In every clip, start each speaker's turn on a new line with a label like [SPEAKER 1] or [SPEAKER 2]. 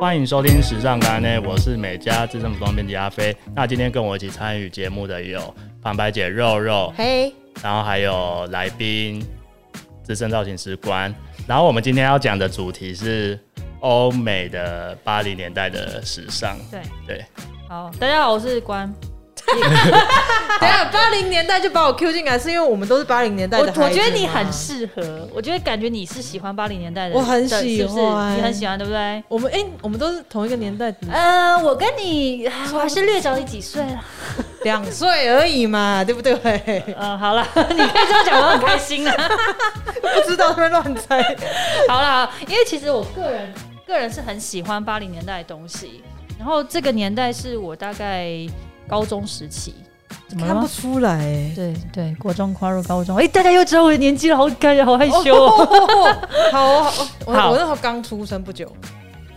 [SPEAKER 1] 欢迎收听《时尚干呢》，我是美家资深服装编辑阿飞。那今天跟我一起参与节目的有旁白姐肉肉，
[SPEAKER 2] 嘿，
[SPEAKER 1] 然后还有来宾资深造型师官。然后我们今天要讲的主题是欧美的八零年代的时尚。
[SPEAKER 3] 对
[SPEAKER 1] 对，
[SPEAKER 3] 好，大家好，我是 关。
[SPEAKER 2] 等一下八零年代就把我 Q 进来，是因为我们都是八零年代
[SPEAKER 3] 我
[SPEAKER 2] 的孩子吗
[SPEAKER 3] 我觉得你很适合，我觉得感觉你是喜欢八零年代的，
[SPEAKER 2] 我很
[SPEAKER 3] 的
[SPEAKER 2] 喜
[SPEAKER 3] 是不是
[SPEAKER 2] 欢
[SPEAKER 3] 你很喜欢，对不对？
[SPEAKER 2] 我们哎、我们都是同一个年代的，
[SPEAKER 3] 呃，我跟你，我还是略小你几岁啊了。
[SPEAKER 2] 两 岁而已嘛，对不 对？不
[SPEAKER 3] 嗯，好了， 你可以这样讲，我很开心啊。
[SPEAKER 2] 知道他们乱猜。
[SPEAKER 3] 好啦，因为其实我个人个人是很喜欢八零年代的东西，然后这个年代是我大概高中时期，怎么了
[SPEAKER 2] 看不
[SPEAKER 3] 吗？
[SPEAKER 2] 出来、欸。
[SPEAKER 3] 对对，国中跨入高中，哎、大家又知道我的年纪了，好感觉好害羞、哦。
[SPEAKER 2] 哦，好，好我
[SPEAKER 3] 好
[SPEAKER 2] 我那时候刚出生不久，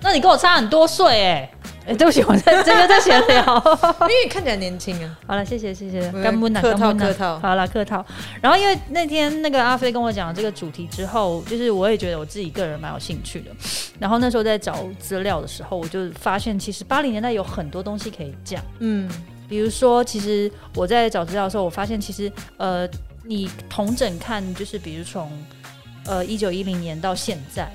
[SPEAKER 3] 那你跟我差很多岁哎、哎、对不起，我在这个在闲聊。
[SPEAKER 2] 因为你看起来年轻啊。
[SPEAKER 3] 好了，谢谢谢谢，
[SPEAKER 2] 不是
[SPEAKER 3] 干不拿
[SPEAKER 2] 客
[SPEAKER 3] 干
[SPEAKER 2] 套
[SPEAKER 3] 不拿，
[SPEAKER 2] 客套
[SPEAKER 3] 好了客套。然后因为那天那个阿飞跟我讲这个主题之后，就是我也觉得我自己个人蛮有兴趣的。然后那时候在找资料的时候，我就发现其实八零年代有很多东西可以讲，
[SPEAKER 2] 嗯，
[SPEAKER 3] 比如说，其实我在找资料的时候，我发现其实呃，你同整看，就是比如从呃一九一零年到现在，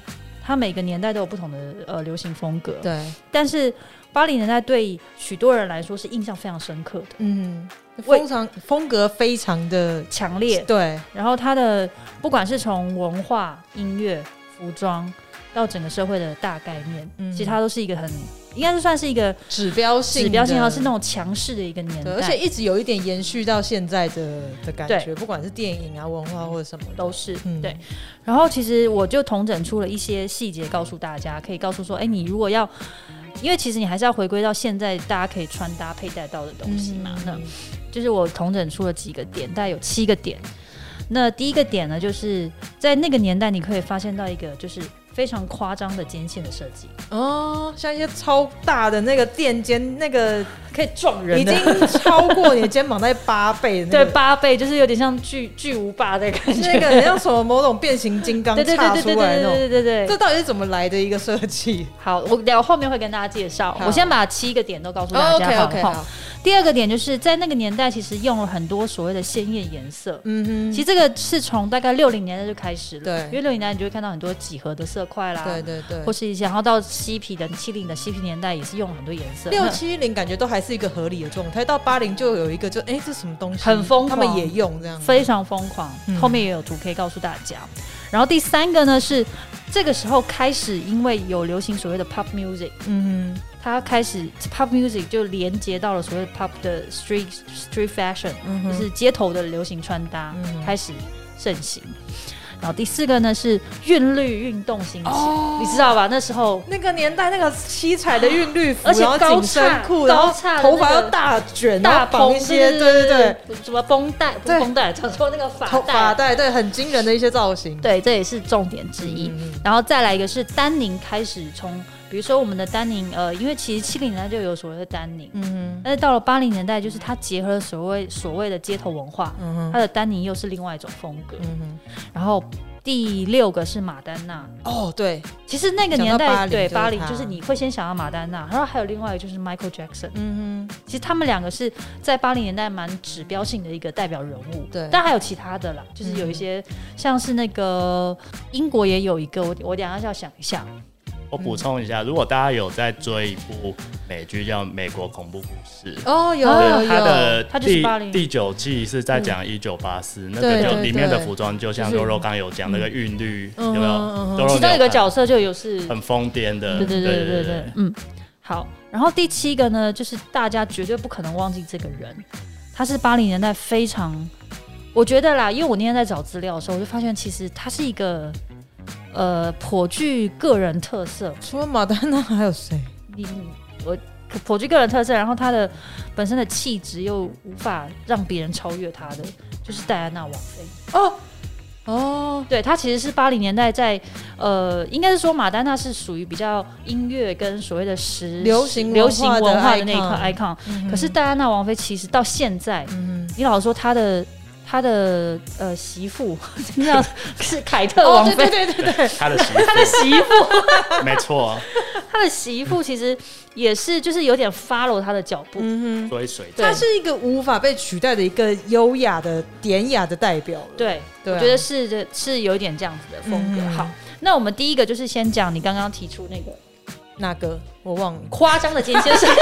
[SPEAKER 3] 它每个年代都有不同的呃流行风格，
[SPEAKER 2] 对，
[SPEAKER 3] 但是八零年代对许多人来说是印象非常深刻的，
[SPEAKER 2] 嗯，
[SPEAKER 3] 为
[SPEAKER 2] 非常风格非常的
[SPEAKER 3] 强烈。
[SPEAKER 2] 对，
[SPEAKER 3] 然后它的不管是从文化、音乐、服装到整个社会的大概念，
[SPEAKER 2] 嗯
[SPEAKER 3] 其实它都是一个很应该是算是一个
[SPEAKER 2] 指标性的，
[SPEAKER 3] 指标性，然后是那种强势的一个年代，
[SPEAKER 2] 对，而且一直有一点延续到现在的的感觉，不管是电影啊、文化或者什么的
[SPEAKER 3] 都是、
[SPEAKER 2] 嗯
[SPEAKER 3] 对。然后其实我就统整出了一些细节，告诉大家，可以告诉说，哎，你如果要，因为其实你还是要回归到现在大家可以穿搭佩戴到的东西嘛。
[SPEAKER 2] 嗯
[SPEAKER 3] 嗯那就是我统整出了几个点，大概有七个点。那第一个点呢，就是在那个年代，你可以发现到一个就是非常夸张的肩线的设计，
[SPEAKER 2] 哦，像一些超大的那个垫肩，那个
[SPEAKER 3] 可以撞
[SPEAKER 2] 已
[SPEAKER 3] 人的，
[SPEAKER 2] 经超过你的肩膀大概八倍的那
[SPEAKER 3] 对
[SPEAKER 2] 个，
[SPEAKER 3] 八倍，就是有点像巨巨无霸的感
[SPEAKER 2] 是
[SPEAKER 3] 觉。
[SPEAKER 2] 那个很像什么某种变形金刚
[SPEAKER 3] 对对对
[SPEAKER 2] 岔
[SPEAKER 3] 对
[SPEAKER 2] 出
[SPEAKER 3] 对对
[SPEAKER 2] 来
[SPEAKER 3] 对
[SPEAKER 2] 那种。
[SPEAKER 3] 对对对，
[SPEAKER 2] 这到底是怎么来的一个设 计？
[SPEAKER 3] 好，我聊后面会跟大家介绍。
[SPEAKER 2] 好
[SPEAKER 3] 我先把七个点都告诉
[SPEAKER 2] 哦
[SPEAKER 3] 大家，好不哦好？第二个点就是在那个年代，其实用了很多所谓的鲜艳颜色。
[SPEAKER 2] 嗯哼，
[SPEAKER 3] 其实这个是从大概六零年代就开始了，
[SPEAKER 2] 对
[SPEAKER 3] 因为六零年代你就会看到很多几何的色块啦，
[SPEAKER 2] 对对对
[SPEAKER 3] 或，是一些，然后到嬉皮的七零的嬉皮年代也是用了很多颜色，
[SPEAKER 2] 六
[SPEAKER 3] 那
[SPEAKER 2] 七零感觉都还是一个合理的状态，到八零就有一个就哎、这什么东西
[SPEAKER 3] 很疯
[SPEAKER 2] 他
[SPEAKER 3] 狂
[SPEAKER 2] 们也用这样，
[SPEAKER 3] 非常疯狂
[SPEAKER 2] 嗯。
[SPEAKER 3] 后面也有图可以告诉大家。然后第三个呢是这个时候开始，因为有流行所谓的 pop music。
[SPEAKER 2] 嗯
[SPEAKER 3] 它开始 pop music 就连接到了所谓 pop 的 street street fashion，、
[SPEAKER 2] 嗯哼
[SPEAKER 3] 就是街头的流行穿搭、
[SPEAKER 2] 嗯哼
[SPEAKER 3] 开始盛行。然后第四个呢是韵律运动兴起、
[SPEAKER 2] 哦
[SPEAKER 3] 你知道吧？那时候
[SPEAKER 2] 那个年代那个七彩的韵律服，
[SPEAKER 3] 啊而且
[SPEAKER 2] 然后
[SPEAKER 3] 高
[SPEAKER 2] 紧身
[SPEAKER 3] 叉
[SPEAKER 2] 裤，然
[SPEAKER 3] 高
[SPEAKER 2] 后
[SPEAKER 3] 叉的
[SPEAKER 2] 头发
[SPEAKER 3] 那个
[SPEAKER 2] 要大卷，然
[SPEAKER 3] 大
[SPEAKER 2] 后绑
[SPEAKER 3] 蓬
[SPEAKER 2] 一些，对对对，，
[SPEAKER 3] 什么绷带不
[SPEAKER 2] 对
[SPEAKER 3] 是绷带，讲说那个发
[SPEAKER 2] 头发
[SPEAKER 3] 带，
[SPEAKER 2] 带，对，很惊人的一些造型。
[SPEAKER 3] 对，这也是重点之一。
[SPEAKER 2] 嗯，
[SPEAKER 3] 然后再来一个是丹宁开始从，比如说我们的丹宁，呃，因为其实七零年代就有所谓的丹宁，
[SPEAKER 2] 嗯哼，
[SPEAKER 3] 但是到了八零年代，就是它结合了所谓所谓的街头文化，
[SPEAKER 2] 嗯哼，
[SPEAKER 3] 它的丹宁又是另外一种风格。
[SPEAKER 2] 嗯哼，
[SPEAKER 3] 然后第六个是马丹娜，
[SPEAKER 2] 哦，对，
[SPEAKER 3] 其实那个
[SPEAKER 2] 讲到
[SPEAKER 3] 年代
[SPEAKER 2] 80就
[SPEAKER 3] 对
[SPEAKER 2] 是他
[SPEAKER 3] 八零就是你会先想到马丹娜，然后还有另外一个就是 Michael Jackson，
[SPEAKER 2] 嗯哼，
[SPEAKER 3] 其实他们两个是在八零年代蛮指标性的一个代表人物。
[SPEAKER 2] 对
[SPEAKER 3] 但还有其他的啦，就是有一些、像是那个英国也有一个，我我等一下要想一下，
[SPEAKER 1] 我补充一下，如果大家有在追一部美剧叫《美国恐怖故事》。
[SPEAKER 2] 哦，有
[SPEAKER 3] 啊
[SPEAKER 2] 有
[SPEAKER 1] 对它
[SPEAKER 2] 有，
[SPEAKER 1] 的
[SPEAKER 3] 它就是
[SPEAKER 1] 第
[SPEAKER 3] 80
[SPEAKER 1] 第九季是在讲一九八四，那
[SPEAKER 2] 嗯对
[SPEAKER 1] 个就
[SPEAKER 2] 对
[SPEAKER 1] 里面的
[SPEAKER 2] 对
[SPEAKER 1] 服装，就像
[SPEAKER 3] 就是
[SPEAKER 1] 肉肉刚有讲那个韵律，有
[SPEAKER 2] 嗯
[SPEAKER 1] 没有
[SPEAKER 2] 嗯嗯嗯？
[SPEAKER 1] 肉肉
[SPEAKER 3] 其中有个
[SPEAKER 1] 你看
[SPEAKER 3] 角色就有是
[SPEAKER 1] 很疯癫的，
[SPEAKER 3] 对对哦对对对，嗯，好。然后第七个呢，就是大家绝对不可能忘记这个人，他是八零年代非常，我觉得啦，因为我那天在找资料的时候，我就发现其实他是一个，呃，颇具个人特色，
[SPEAKER 2] 除了马丹娜还有谁？
[SPEAKER 3] 你我颇具个人特色，然后他的本身的气质又无法让别人超越他的，就是戴安娜王妃。
[SPEAKER 2] 哦哦，
[SPEAKER 3] 对，它其实是八零年代在呃，应该是说马丹娜是属于比较音乐跟所谓的时
[SPEAKER 2] 流行
[SPEAKER 3] 流行
[SPEAKER 2] 文化的
[SPEAKER 3] 文化的那一
[SPEAKER 2] icon
[SPEAKER 3] 块 icon。
[SPEAKER 2] 嗯哼
[SPEAKER 3] 可是，戴安娜王妃其实到现在，
[SPEAKER 2] 嗯哼
[SPEAKER 3] 你老实说她的他的呃媳妇，那是凯特
[SPEAKER 2] 哦，
[SPEAKER 3] 王妃
[SPEAKER 2] 对，对对对对，
[SPEAKER 1] 他的 媳妇，
[SPEAKER 3] 媳妇，
[SPEAKER 1] 没错，啊
[SPEAKER 3] 他的媳妇其实也是就是有点 follow 他的脚步，
[SPEAKER 2] 嗯哼，
[SPEAKER 1] 追随 者
[SPEAKER 3] 对
[SPEAKER 2] 他是一个无法被取代的一个优雅的典雅的代表了。
[SPEAKER 3] 对，
[SPEAKER 2] 对啊
[SPEAKER 3] 我觉得是的，是有一点这样子的风格。
[SPEAKER 2] 嗯
[SPEAKER 3] 好，那我们第一个就是先讲你刚刚提出那个，
[SPEAKER 2] 那个我忘了
[SPEAKER 3] 夸张的金 先生，
[SPEAKER 2] 你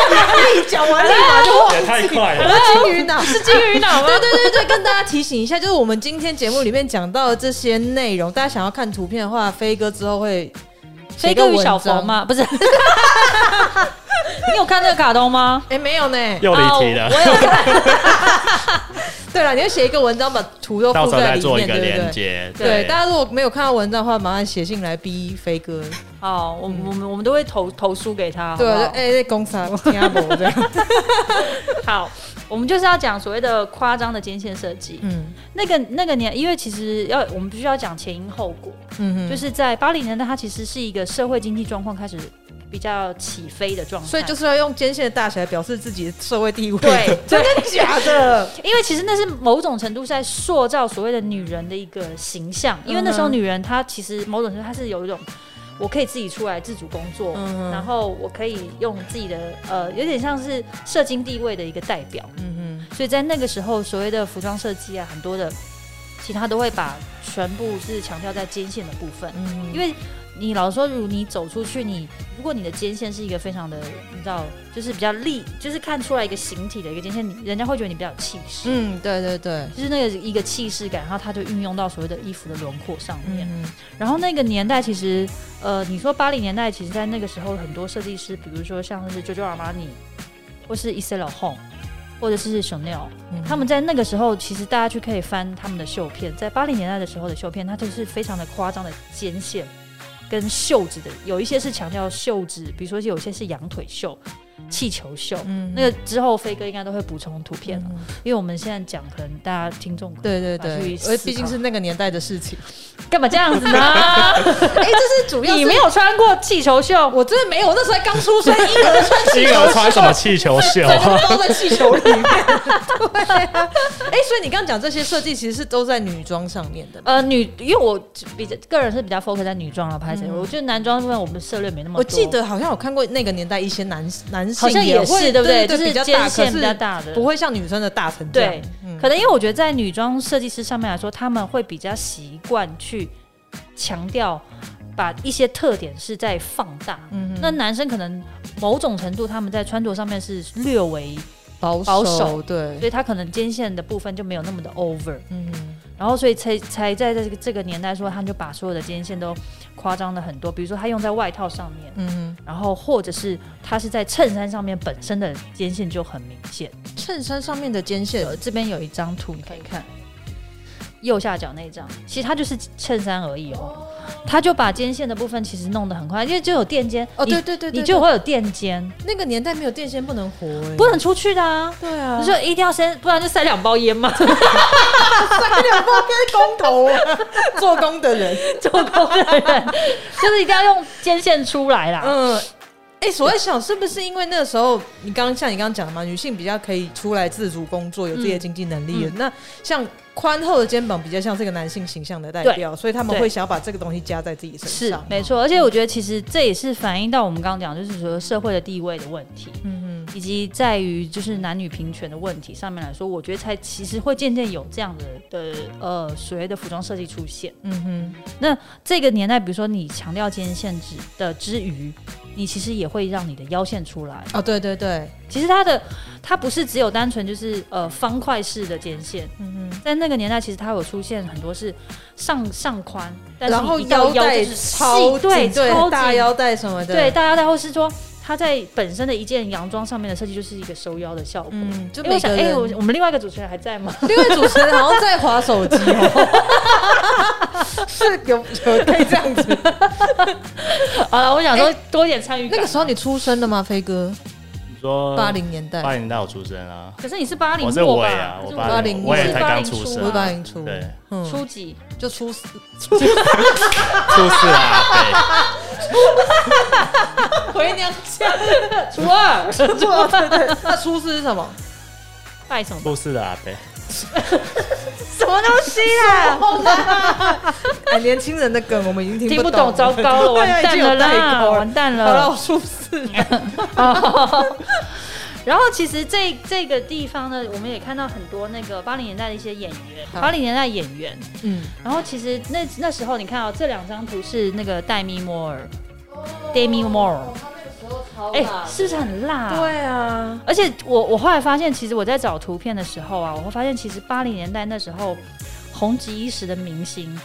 [SPEAKER 2] 讲完立马就忘
[SPEAKER 1] 也太快了。
[SPEAKER 2] 了，金鱼脑是
[SPEAKER 3] 金鱼脑吗？
[SPEAKER 2] 对对对对，跟大家提醒一下，就是我们今天节目里面讲到的这些内容，大家想要看图片的话，飞哥之后会写
[SPEAKER 3] 飞
[SPEAKER 2] 一个
[SPEAKER 3] 哥与
[SPEAKER 2] 文章
[SPEAKER 3] 小佛？吗？不是， 你有看那个卡通吗？
[SPEAKER 2] 哎、没有呢。
[SPEAKER 1] 又离题
[SPEAKER 3] 哦
[SPEAKER 1] 了，
[SPEAKER 3] 我有看，
[SPEAKER 2] 对了，你要写一个文章，把图都
[SPEAKER 1] 到
[SPEAKER 2] 附
[SPEAKER 1] 时候
[SPEAKER 2] 在
[SPEAKER 1] 再
[SPEAKER 2] 里
[SPEAKER 1] 做一
[SPEAKER 2] 面，
[SPEAKER 1] 个
[SPEAKER 2] 对
[SPEAKER 1] 连
[SPEAKER 2] 不对？
[SPEAKER 1] 接。
[SPEAKER 2] 对，大家如果没有看到文章的话，麻烦写信来逼飞哥。
[SPEAKER 3] 哦，我们我们我们都会投投书给他，
[SPEAKER 2] 嗯对，
[SPEAKER 3] 好不
[SPEAKER 2] 就
[SPEAKER 3] 好
[SPEAKER 2] 哎，在公司听不这 样。
[SPEAKER 3] 好，我们就是要讲所谓的夸张的间线设计。
[SPEAKER 2] 嗯
[SPEAKER 3] 那个那个年，因为其实要我们必须要讲前因后果，
[SPEAKER 2] 嗯哼，
[SPEAKER 3] 就
[SPEAKER 2] 就是
[SPEAKER 3] 是在八零年代，它其实是一个社会经济状况开始比较起飞的状态，
[SPEAKER 2] 所以就是要用肩线的大小来表示自己的社会地位。
[SPEAKER 3] 对
[SPEAKER 2] 真的假 的？
[SPEAKER 3] 因为其实那是某种程度在塑造所谓的女人的一个形象，因为那时候
[SPEAKER 2] 嗯哼
[SPEAKER 3] 女人她其实某种程度她是有一种。我可以自己出来自主工作，
[SPEAKER 2] 嗯哼
[SPEAKER 3] 然后我可以用自己的呃，有点像是社经地位的一个代表，
[SPEAKER 2] 嗯
[SPEAKER 3] 所以在那个时候，所谓的服装设计啊，很多的其他都会把全部是强调在肩线的部分
[SPEAKER 2] 哼，，嗯
[SPEAKER 3] 因为你老实说，如你走出去，你如果你的肩线是一个非常的，你知道，就是比较立，就是看出来一个形体的一个肩线，你人家会觉得你比较有气势，
[SPEAKER 2] 嗯，对对对，
[SPEAKER 3] 就是那个一个气势感，然后它就运用到所谓的衣服的轮廓上面。
[SPEAKER 2] 嗯
[SPEAKER 3] 然后那个年代其实，呃，你说八零年代，其实在那个时候很多设计师，比如说像是 JoJo Armani，或是 i s e l h o m 或者是 Chanel，
[SPEAKER 2] 嗯
[SPEAKER 3] 他们在那个时候，其实大家去可以翻他们的袖片，在八零年代的时候的袖片，它就是非常的夸张的肩线跟袖子的，有一些是强调袖子，比如说有些是羊腿袖、气球袖。
[SPEAKER 2] 嗯
[SPEAKER 3] 那个之后，飞哥应该都会补充图片了，
[SPEAKER 2] 嗯
[SPEAKER 3] 因为我们现在讲，可能大家听众可能
[SPEAKER 2] 对对
[SPEAKER 3] 把去
[SPEAKER 2] 对，因
[SPEAKER 3] 思考
[SPEAKER 2] 为毕竟是那个年代的事情。
[SPEAKER 3] 干嘛这样子 呢？
[SPEAKER 2] 哎，这是主要
[SPEAKER 3] 你
[SPEAKER 2] 是
[SPEAKER 3] 没有穿过气球袖，
[SPEAKER 2] 我真的没有，我那时候还刚出生，婴儿穿气
[SPEAKER 1] 婴
[SPEAKER 2] 球
[SPEAKER 1] 儿
[SPEAKER 2] 袖，
[SPEAKER 1] 穿什么气球袖
[SPEAKER 2] 整？个包在气球里 面。对啊，哎，所以你刚刚讲这些设计，其实是都在女装上面的嘛。
[SPEAKER 3] 呃，女，因为我比较个人是比较 focus 在女装了啊拍摄，
[SPEAKER 2] 嗯
[SPEAKER 3] 我觉得男装部分我们涉猎没那么多。
[SPEAKER 2] 我记得好像有看过那个年代一些男男性
[SPEAKER 3] 好像也
[SPEAKER 2] 会
[SPEAKER 3] 是，对不对？
[SPEAKER 2] 对？
[SPEAKER 3] 就是
[SPEAKER 2] 比较
[SPEAKER 3] 肩
[SPEAKER 2] 大，可
[SPEAKER 3] 线比较
[SPEAKER 2] 是
[SPEAKER 3] 大的，
[SPEAKER 2] 不会像女生的大成这样
[SPEAKER 3] 对。
[SPEAKER 2] 嗯
[SPEAKER 3] 可能因为我觉得在女装设计师上面来说，他们会比较习惯去强调把一些特点是在放大。
[SPEAKER 2] 嗯哼
[SPEAKER 3] 那男生可能某种程度他们在穿着上面是略微，
[SPEAKER 2] 保
[SPEAKER 3] 保守
[SPEAKER 2] 守对
[SPEAKER 3] 所，以他可能肩线的部分就没有那么的 over，
[SPEAKER 2] 嗯哼。
[SPEAKER 3] 然后所以才才在这个这个年代说，他们就把所有的肩线都夸张的很多，比如说他用在外套上面，
[SPEAKER 2] 嗯
[SPEAKER 3] 然后或者是他是在衬衫上面本身的肩线就很明显。
[SPEAKER 2] 哼，衬衫上面的肩线
[SPEAKER 3] 呃，这边有一张图，你可以看右下角那一张，其实它就是衬衫而已哦。他就把肩线的部分其实弄得很快，因为就有垫肩
[SPEAKER 2] 哦，
[SPEAKER 3] 你
[SPEAKER 2] 对对对，对
[SPEAKER 3] 你就会有垫肩，
[SPEAKER 2] 那个年代没有电线不能活，哎
[SPEAKER 3] 不能出去的啊。
[SPEAKER 2] 对啊，
[SPEAKER 3] 你说一定要先，不然就塞两包烟嘛，
[SPEAKER 2] 公投啊， 做工的 人，
[SPEAKER 3] 做工的人就是一定要用肩线出来啦。
[SPEAKER 2] 嗯，哎、所以想是不是因为那时候你刚像你刚刚讲的嘛，女性比较可以出来自主工作，有自己的经济能
[SPEAKER 3] 嗯
[SPEAKER 2] 力了、那像宽厚的肩膀比较像这个男性形象的代表，所以他们
[SPEAKER 3] 对
[SPEAKER 2] 会想要把这个东西加在自己身
[SPEAKER 3] 是
[SPEAKER 2] 上，哦
[SPEAKER 3] 没，错，而且我觉得其实这也是反映到我们刚刚讲，就是说社会的地位的问题。
[SPEAKER 2] 嗯
[SPEAKER 3] 以及在于就是男女平权的问题上面来说，我觉得才其实会渐渐有这样的的呃所谓的服装设计出现。
[SPEAKER 2] 哼，嗯哼，
[SPEAKER 3] 这个年代，比如说你强调肩线之的之余，你其实也会让你的腰线出来。
[SPEAKER 2] 哦，对对对，
[SPEAKER 3] 其实它的它不是只有单纯就是呃方块式的肩线，
[SPEAKER 2] 嗯哼。
[SPEAKER 3] 在那个年代其实它有出现很多是上上宽，但是
[SPEAKER 2] 然后
[SPEAKER 3] 你一到腰
[SPEAKER 2] 带
[SPEAKER 3] 就是细
[SPEAKER 2] 超紧
[SPEAKER 3] 对超
[SPEAKER 2] 对大
[SPEAKER 3] 紧
[SPEAKER 2] 腰带什么的，
[SPEAKER 3] 对，大家在或是说它在本身的一件洋装上面的设计就是一个收腰的效果。
[SPEAKER 2] 嗯，就
[SPEAKER 3] 因为
[SPEAKER 2] 每个
[SPEAKER 3] 我想，哎、
[SPEAKER 2] 人。
[SPEAKER 3] 我我们另外一个主持人还 在吗？
[SPEAKER 2] 另外主持人好像在划手机哦， 是有有可以这样子。
[SPEAKER 3] 好了，我想说多一点参与
[SPEAKER 2] 哎那个
[SPEAKER 3] 感。
[SPEAKER 2] 时候你出生的吗，飞哥？
[SPEAKER 1] 你说
[SPEAKER 2] 八零年代，
[SPEAKER 1] 八零代我出生啊，
[SPEAKER 3] 可是你是八零
[SPEAKER 1] 我是
[SPEAKER 3] 末
[SPEAKER 1] 我
[SPEAKER 3] 吧？
[SPEAKER 1] 呀，
[SPEAKER 3] 可
[SPEAKER 1] 我
[SPEAKER 3] 是
[SPEAKER 1] 八
[SPEAKER 2] 零
[SPEAKER 1] 零，
[SPEAKER 2] 我
[SPEAKER 1] 我也
[SPEAKER 2] 是
[SPEAKER 1] 才
[SPEAKER 3] 八
[SPEAKER 1] 刚
[SPEAKER 3] 零
[SPEAKER 1] 出
[SPEAKER 3] 初
[SPEAKER 1] 生
[SPEAKER 3] 啊
[SPEAKER 2] 我
[SPEAKER 1] 啊，
[SPEAKER 2] 是八零初，
[SPEAKER 1] 对，
[SPEAKER 2] 嗯，
[SPEAKER 3] 初几？
[SPEAKER 2] 就初四，
[SPEAKER 1] 出事啊，对。
[SPEAKER 2] 回娘家，
[SPEAKER 3] 初 二
[SPEAKER 2] 对对对。那初四是什么？
[SPEAKER 3] 拜什么？
[SPEAKER 1] 出事了阿伯，
[SPEAKER 3] 什么东西啦？
[SPEAKER 2] 啊 哎，年轻人的梗我们已经听
[SPEAKER 3] 听不
[SPEAKER 2] 懂
[SPEAKER 3] 懂，
[SPEAKER 2] 了，
[SPEAKER 3] 糟糕 了，
[SPEAKER 2] 对啊
[SPEAKER 3] 完蛋了
[SPEAKER 2] 已经有代
[SPEAKER 3] 啦，
[SPEAKER 2] 沟了
[SPEAKER 3] 完蛋
[SPEAKER 2] 好了，
[SPEAKER 3] 了
[SPEAKER 2] 我。出事了。
[SPEAKER 3] 然后其实这这个地方呢，我们也看到很多那个八零年代的一些演员，
[SPEAKER 2] 好
[SPEAKER 3] 八零年代演员。
[SPEAKER 2] 嗯，
[SPEAKER 3] 然后其实那那时候你看到、哦这两张图是那个戴米摩尔，Demi
[SPEAKER 2] 哦
[SPEAKER 3] Moore，哎、是不是很辣、啊？
[SPEAKER 2] 对啊，
[SPEAKER 3] 而且我我后来发现，其实我在找图片的时候啊，我会发现其实八零年代那时候红极一时的明星，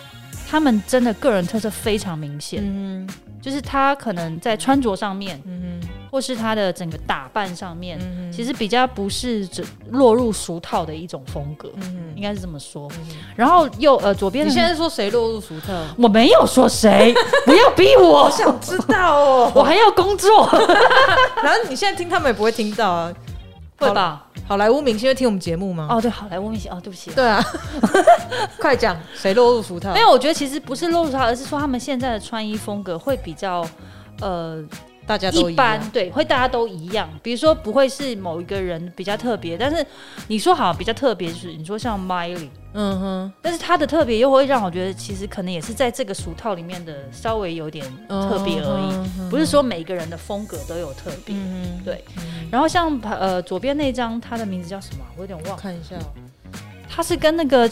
[SPEAKER 3] 他们真的个人特色非常明显，
[SPEAKER 2] 嗯
[SPEAKER 3] 就是他可能在穿着上面，
[SPEAKER 2] 嗯
[SPEAKER 3] 或是他的整个打扮上面，
[SPEAKER 2] 嗯
[SPEAKER 3] 其实比较不是只落入俗套的一种风格，
[SPEAKER 2] 嗯
[SPEAKER 3] 应该是这么说。
[SPEAKER 2] 哼
[SPEAKER 3] 然后右呃左边
[SPEAKER 2] 你
[SPEAKER 3] 的
[SPEAKER 2] 现在说谁落入俗特？
[SPEAKER 3] 我没有说 谁，不要逼我
[SPEAKER 2] 我，想知道哦。
[SPEAKER 3] 我还要工作，
[SPEAKER 2] 然后你现在听他们也不会听到啊，
[SPEAKER 3] 会吧？
[SPEAKER 2] 好莱坞明星会听我们节目吗？哦，
[SPEAKER 3] 哦，对，好莱坞明星，哦，对不起，
[SPEAKER 2] 对啊， 快讲谁落入俗套？
[SPEAKER 3] 没，有，我觉得其实不是露出他，而是说他们现在的穿衣风格会比较。呃，
[SPEAKER 2] 大家都
[SPEAKER 3] 一
[SPEAKER 2] 一
[SPEAKER 3] 般
[SPEAKER 2] 样
[SPEAKER 3] 对，会大家都一样。比如说，不会是某一个人比较特别，但是你说好比较特别，就是你说像 Miley，
[SPEAKER 2] 嗯哼，
[SPEAKER 3] 但是他的特别又会让我觉得，其实可能也是在这个俗套里面的稍微有点特别而已，
[SPEAKER 2] 嗯哼
[SPEAKER 3] 不是说每个人的风格都有特别。
[SPEAKER 2] 嗯哼，
[SPEAKER 3] 对，然后像呃左边那张，他的名字叫什么啊？我有点忘
[SPEAKER 2] 我
[SPEAKER 3] 了。
[SPEAKER 2] 看一下哦，
[SPEAKER 3] 他是跟那个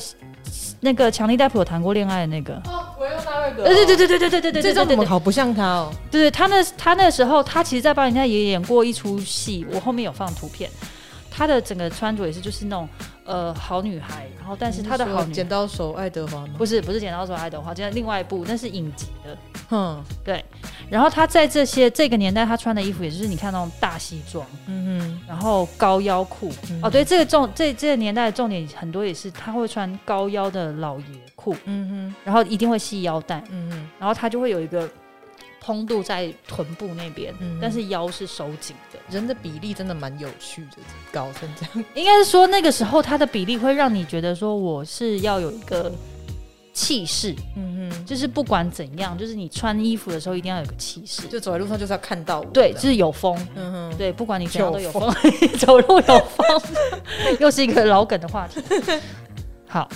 [SPEAKER 3] 那个强尼戴普有谈过恋爱的那个。
[SPEAKER 2] 我又大卫哥
[SPEAKER 3] 对对对对对对对对对，
[SPEAKER 2] 这张
[SPEAKER 3] 对
[SPEAKER 2] 怎
[SPEAKER 3] 对
[SPEAKER 2] 么好不像他哦？
[SPEAKER 3] 对对，他那他那时候，他其实，在八零年代也演过一出戏，我后面有放图片。他的整个穿着也是就是那种呃好女孩，然后但是他的
[SPEAKER 2] 你
[SPEAKER 3] 好
[SPEAKER 2] 说
[SPEAKER 3] 女
[SPEAKER 2] 剪刀手爱德华吗？
[SPEAKER 3] 不是不是剪刀手爱德华，就是另外一部，那是影集的。
[SPEAKER 2] 哼，
[SPEAKER 3] 对，然后他在这些这个年代，他穿的衣服也就是你看那种大西装，
[SPEAKER 2] 嗯
[SPEAKER 3] 然后高腰裤。哦，对，这个重这这个年代的重点很多也是他会穿高腰的老爷裤，
[SPEAKER 2] 哼，嗯
[SPEAKER 3] 然后一定会系腰带
[SPEAKER 2] 哼，，嗯哼，
[SPEAKER 3] 然后他就会有一个蓬度在臀部那边，
[SPEAKER 2] 嗯
[SPEAKER 3] 但是腰是收紧的。
[SPEAKER 2] 人的比例真的蛮有趣的，搞成 这样，
[SPEAKER 3] 应该是说那个时候他的比例会让你觉得说我是要有一个气势，
[SPEAKER 2] 嗯哼，
[SPEAKER 3] 就是不管怎样，就是你穿衣服的时候一定要有个气势。
[SPEAKER 2] 就走在路上就是要看到我，
[SPEAKER 3] 对，
[SPEAKER 2] 这
[SPEAKER 3] 就
[SPEAKER 2] 样
[SPEAKER 3] 是有风，
[SPEAKER 2] 嗯哼，
[SPEAKER 3] 对，不管你怎样都有风， 走路有风，又是一个老梗的话 题。好，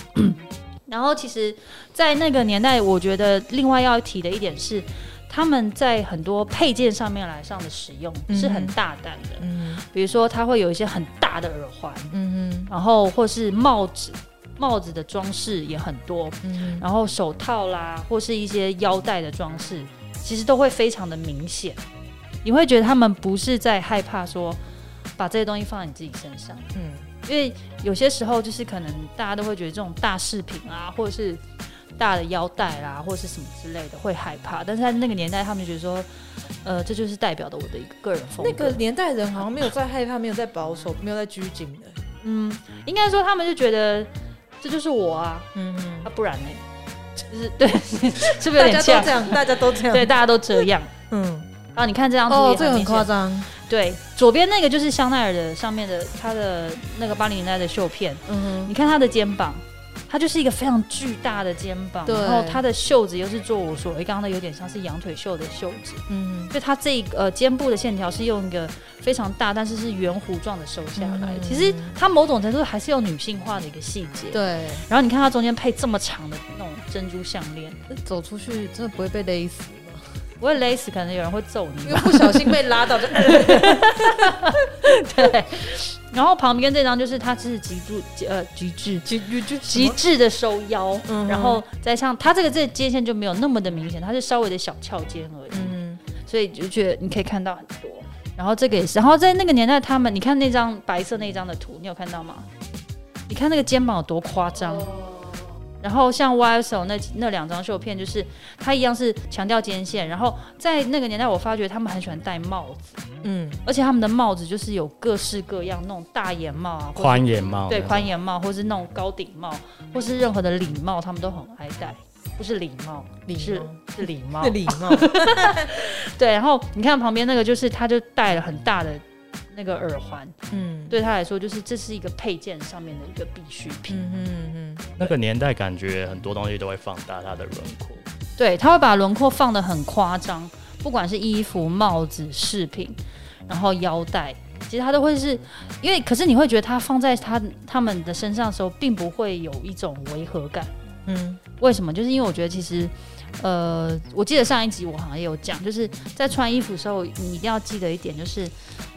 [SPEAKER 3] 然后其实，在那个年代，我觉得另外要提的一点是，他们在很多配件上面来上的使用
[SPEAKER 2] 嗯
[SPEAKER 3] 是很大胆的，
[SPEAKER 2] 嗯哼
[SPEAKER 3] 比如说它会有一些很大的耳环，
[SPEAKER 2] 嗯
[SPEAKER 3] 然后或是帽子，帽子的装饰也很多，
[SPEAKER 2] 哼，嗯
[SPEAKER 3] 然后手套啦，或是一些腰带的装饰，其实都会非常的明显。你会觉得他们不是在害怕说把这些东西放在你自己身上，
[SPEAKER 2] 哼，嗯。
[SPEAKER 3] 因为有些时候就是可能大家都会觉得这种大饰品啊，或者是大的腰带啦，或者是什么之类的会害怕。但是在那个年代，他们就觉得说，呃，这就是代表的我的一个个人风格。
[SPEAKER 2] 那个年代人好像没有在害怕，没有在保守，没有在拘谨的。
[SPEAKER 3] 嗯，应该说他们就觉得这就是我啊，
[SPEAKER 2] 嗯嗯，
[SPEAKER 3] 啊不然呢？就是对，是不是有
[SPEAKER 2] 大
[SPEAKER 3] 点
[SPEAKER 2] 家
[SPEAKER 3] 像
[SPEAKER 2] 都这？样，大家都这样。
[SPEAKER 3] 对，，大家都这样。
[SPEAKER 2] 嗯，
[SPEAKER 3] 啊，你看这张图
[SPEAKER 2] 哦
[SPEAKER 3] 也，
[SPEAKER 2] 这个很
[SPEAKER 3] 明显
[SPEAKER 2] 夸。张。
[SPEAKER 3] 对，左边那个就是香奈儿的上面的它的那个八零年代的袖片，
[SPEAKER 2] 嗯
[SPEAKER 3] 你看它的肩膀。它就是一个非常巨大的肩膀，
[SPEAKER 2] 对
[SPEAKER 3] 然后它的袖子又是做我所谓刚刚的有点像是羊腿袖的袖子，
[SPEAKER 2] 哼，嗯
[SPEAKER 3] 就它这一个呃肩部的线条是用一个非常大，但是是圆弧状的收下来。
[SPEAKER 2] 嗯
[SPEAKER 3] 其实它某种程度还是有女性化的一个细节
[SPEAKER 2] 哼，。对，
[SPEAKER 3] 然后你看它中间配这么长的那种珍珠项链，
[SPEAKER 2] 走出去真的不会被勒死，
[SPEAKER 3] 不会勒死，可能有人会揍你
[SPEAKER 2] 因
[SPEAKER 3] 吧
[SPEAKER 2] 为。不小心被拉到就。
[SPEAKER 3] 对，然后旁边这张就是它是极度呃极致
[SPEAKER 2] 就就就
[SPEAKER 3] 极致的收腰，
[SPEAKER 2] 嗯哼
[SPEAKER 3] 然后再像它这个这肩线就没有那么的明显，它是稍微的小翘肩而已，
[SPEAKER 2] 嗯
[SPEAKER 3] 所以就觉得你可以看到很多。然后这个也是，然后在那个年代，他们你看那张白色那张的图，你有看到吗？你看那个肩膀有多夸张。
[SPEAKER 2] 哦
[SPEAKER 3] 然后像 YSL 那那两张秀片，就是它一样是强调肩线，然后在那个年代，我发觉他们很喜欢戴帽子。
[SPEAKER 2] 嗯
[SPEAKER 3] 而且他们的帽子就是有各式各样那种大檐帽啊，或是
[SPEAKER 1] 宽檐帽，
[SPEAKER 3] 对宽檐帽，或是那种高顶帽，或是任何的礼帽，他们都很爱戴。不是礼帽，
[SPEAKER 2] 礼
[SPEAKER 3] 是
[SPEAKER 2] 貌
[SPEAKER 3] 是礼帽
[SPEAKER 2] 那。礼貌，
[SPEAKER 3] 对，然后你看旁边那个，就是他就戴了很大的那个耳环，
[SPEAKER 2] 嗯，
[SPEAKER 3] 对他来说，就是这是一个配件上面的一个必需品。
[SPEAKER 2] 嗯嗯嗯
[SPEAKER 1] 那个年代感觉很多东西都会放大它的轮廓。
[SPEAKER 3] 对，他会把轮廓放得很夸张，不管是衣服、帽子、饰品，然后腰带，其实它都会是因为，可是你会觉得它放在他他们的身上的时候，并不会有一种违和感。
[SPEAKER 2] 嗯，
[SPEAKER 3] 为什么？就是因为我觉得其实，呃，我记得上一集我好像也有讲，就是在穿衣服的时候，你一定要记得一点，就是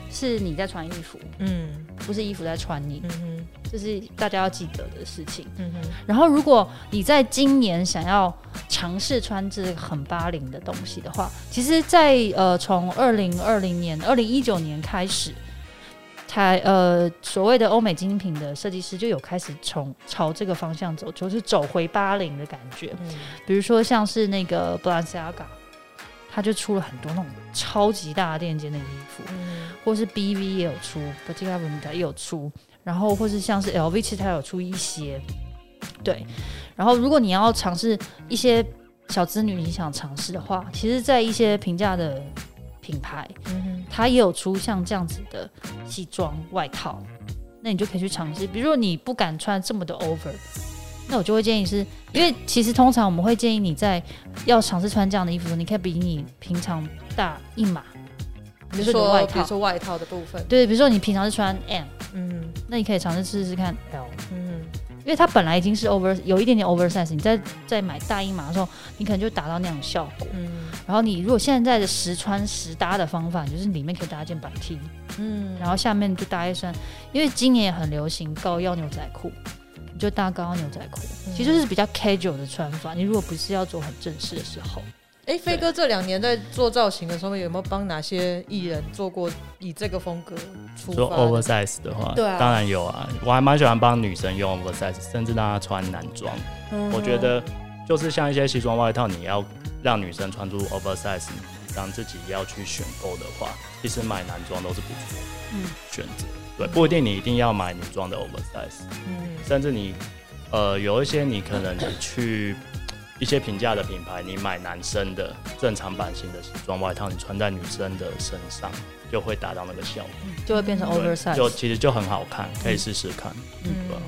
[SPEAKER 3] 是你在穿衣服，
[SPEAKER 2] 嗯
[SPEAKER 3] 不是衣服在穿你，
[SPEAKER 2] 嗯哼
[SPEAKER 3] 这是大家要记得的事情。
[SPEAKER 2] 嗯哼，
[SPEAKER 3] 然后，如果你在今年想要尝试穿这个很八零的东西的话，其实在，呃从二零二零年、二零一九年开始，才呃所谓的欧美精品的设计师就有开始从朝这个方向走，就是走回八零的感觉。
[SPEAKER 2] 嗯
[SPEAKER 3] 比如说像是那个 Balenciaga，它就出了很多那种超级大的链接的衣服，
[SPEAKER 2] 嗯
[SPEAKER 3] 或是 BV 也有出，Bottega Veneta 也有出，然后或是像是 LV 其实它有出一些，对。然后如果你要尝试一些小资女你想尝试的话，其实，在一些平价的品牌，
[SPEAKER 2] 嗯哼，
[SPEAKER 3] 它也有出像这样子的西装外套，那你就可以去尝试。比如说你不敢穿这么的 over，那我就会建议是，因为其实通常我们会建议你在要尝试穿这样的衣服的时候，你可以比你平常大一码。
[SPEAKER 2] 比
[SPEAKER 3] 就是
[SPEAKER 2] 如说
[SPEAKER 3] 外
[SPEAKER 2] 比如
[SPEAKER 3] 套，
[SPEAKER 2] 说外套的部分，
[SPEAKER 3] 对，比如说你平常是穿 M，
[SPEAKER 2] 嗯
[SPEAKER 3] 那你可以尝试试试看 L，
[SPEAKER 2] 嗯
[SPEAKER 3] 因为它本来已经是 over 有一点点 oversize，你再再买大一码的时候，你可能就达到那样的效果。
[SPEAKER 2] 嗯
[SPEAKER 3] 然后你如果现在的实穿实搭的方法，你就是里面可以搭一件白 T，
[SPEAKER 2] 嗯，
[SPEAKER 3] 然后下面就搭一身，因为今年也很流行高腰牛仔裤，你就搭高腰牛仔裤，
[SPEAKER 2] 嗯
[SPEAKER 3] 其实就是比较 casual 的穿法。你如果不是要做很正式的时候，
[SPEAKER 2] 哎，飞哥这两年在做造型的时候，有没有帮哪些艺人做过以这个风格出
[SPEAKER 1] 说
[SPEAKER 2] 发的？
[SPEAKER 1] oversize 的话，
[SPEAKER 2] 对啊
[SPEAKER 1] 当然有啊，我还蛮喜欢帮女生用 oversize，甚至让她穿男装。
[SPEAKER 2] 嗯
[SPEAKER 1] 我觉得就是像一些西装外套，你要让女生穿出 oversize，让自己要去选购的话，其实买男装都是不错
[SPEAKER 3] 嗯
[SPEAKER 1] 的选择。对，不一定你一定要买女装的 oversize，
[SPEAKER 2] 嗯
[SPEAKER 1] 甚至你呃有一些你可能你去一些平价的品牌，你买男生的正常版型的西装外套，你穿在女生的身上就会达到那个效果，
[SPEAKER 3] 就会变成
[SPEAKER 1] 对
[SPEAKER 3] oversize。
[SPEAKER 1] 就其实就很好看，可以试试看。
[SPEAKER 2] 嗯
[SPEAKER 1] 对吧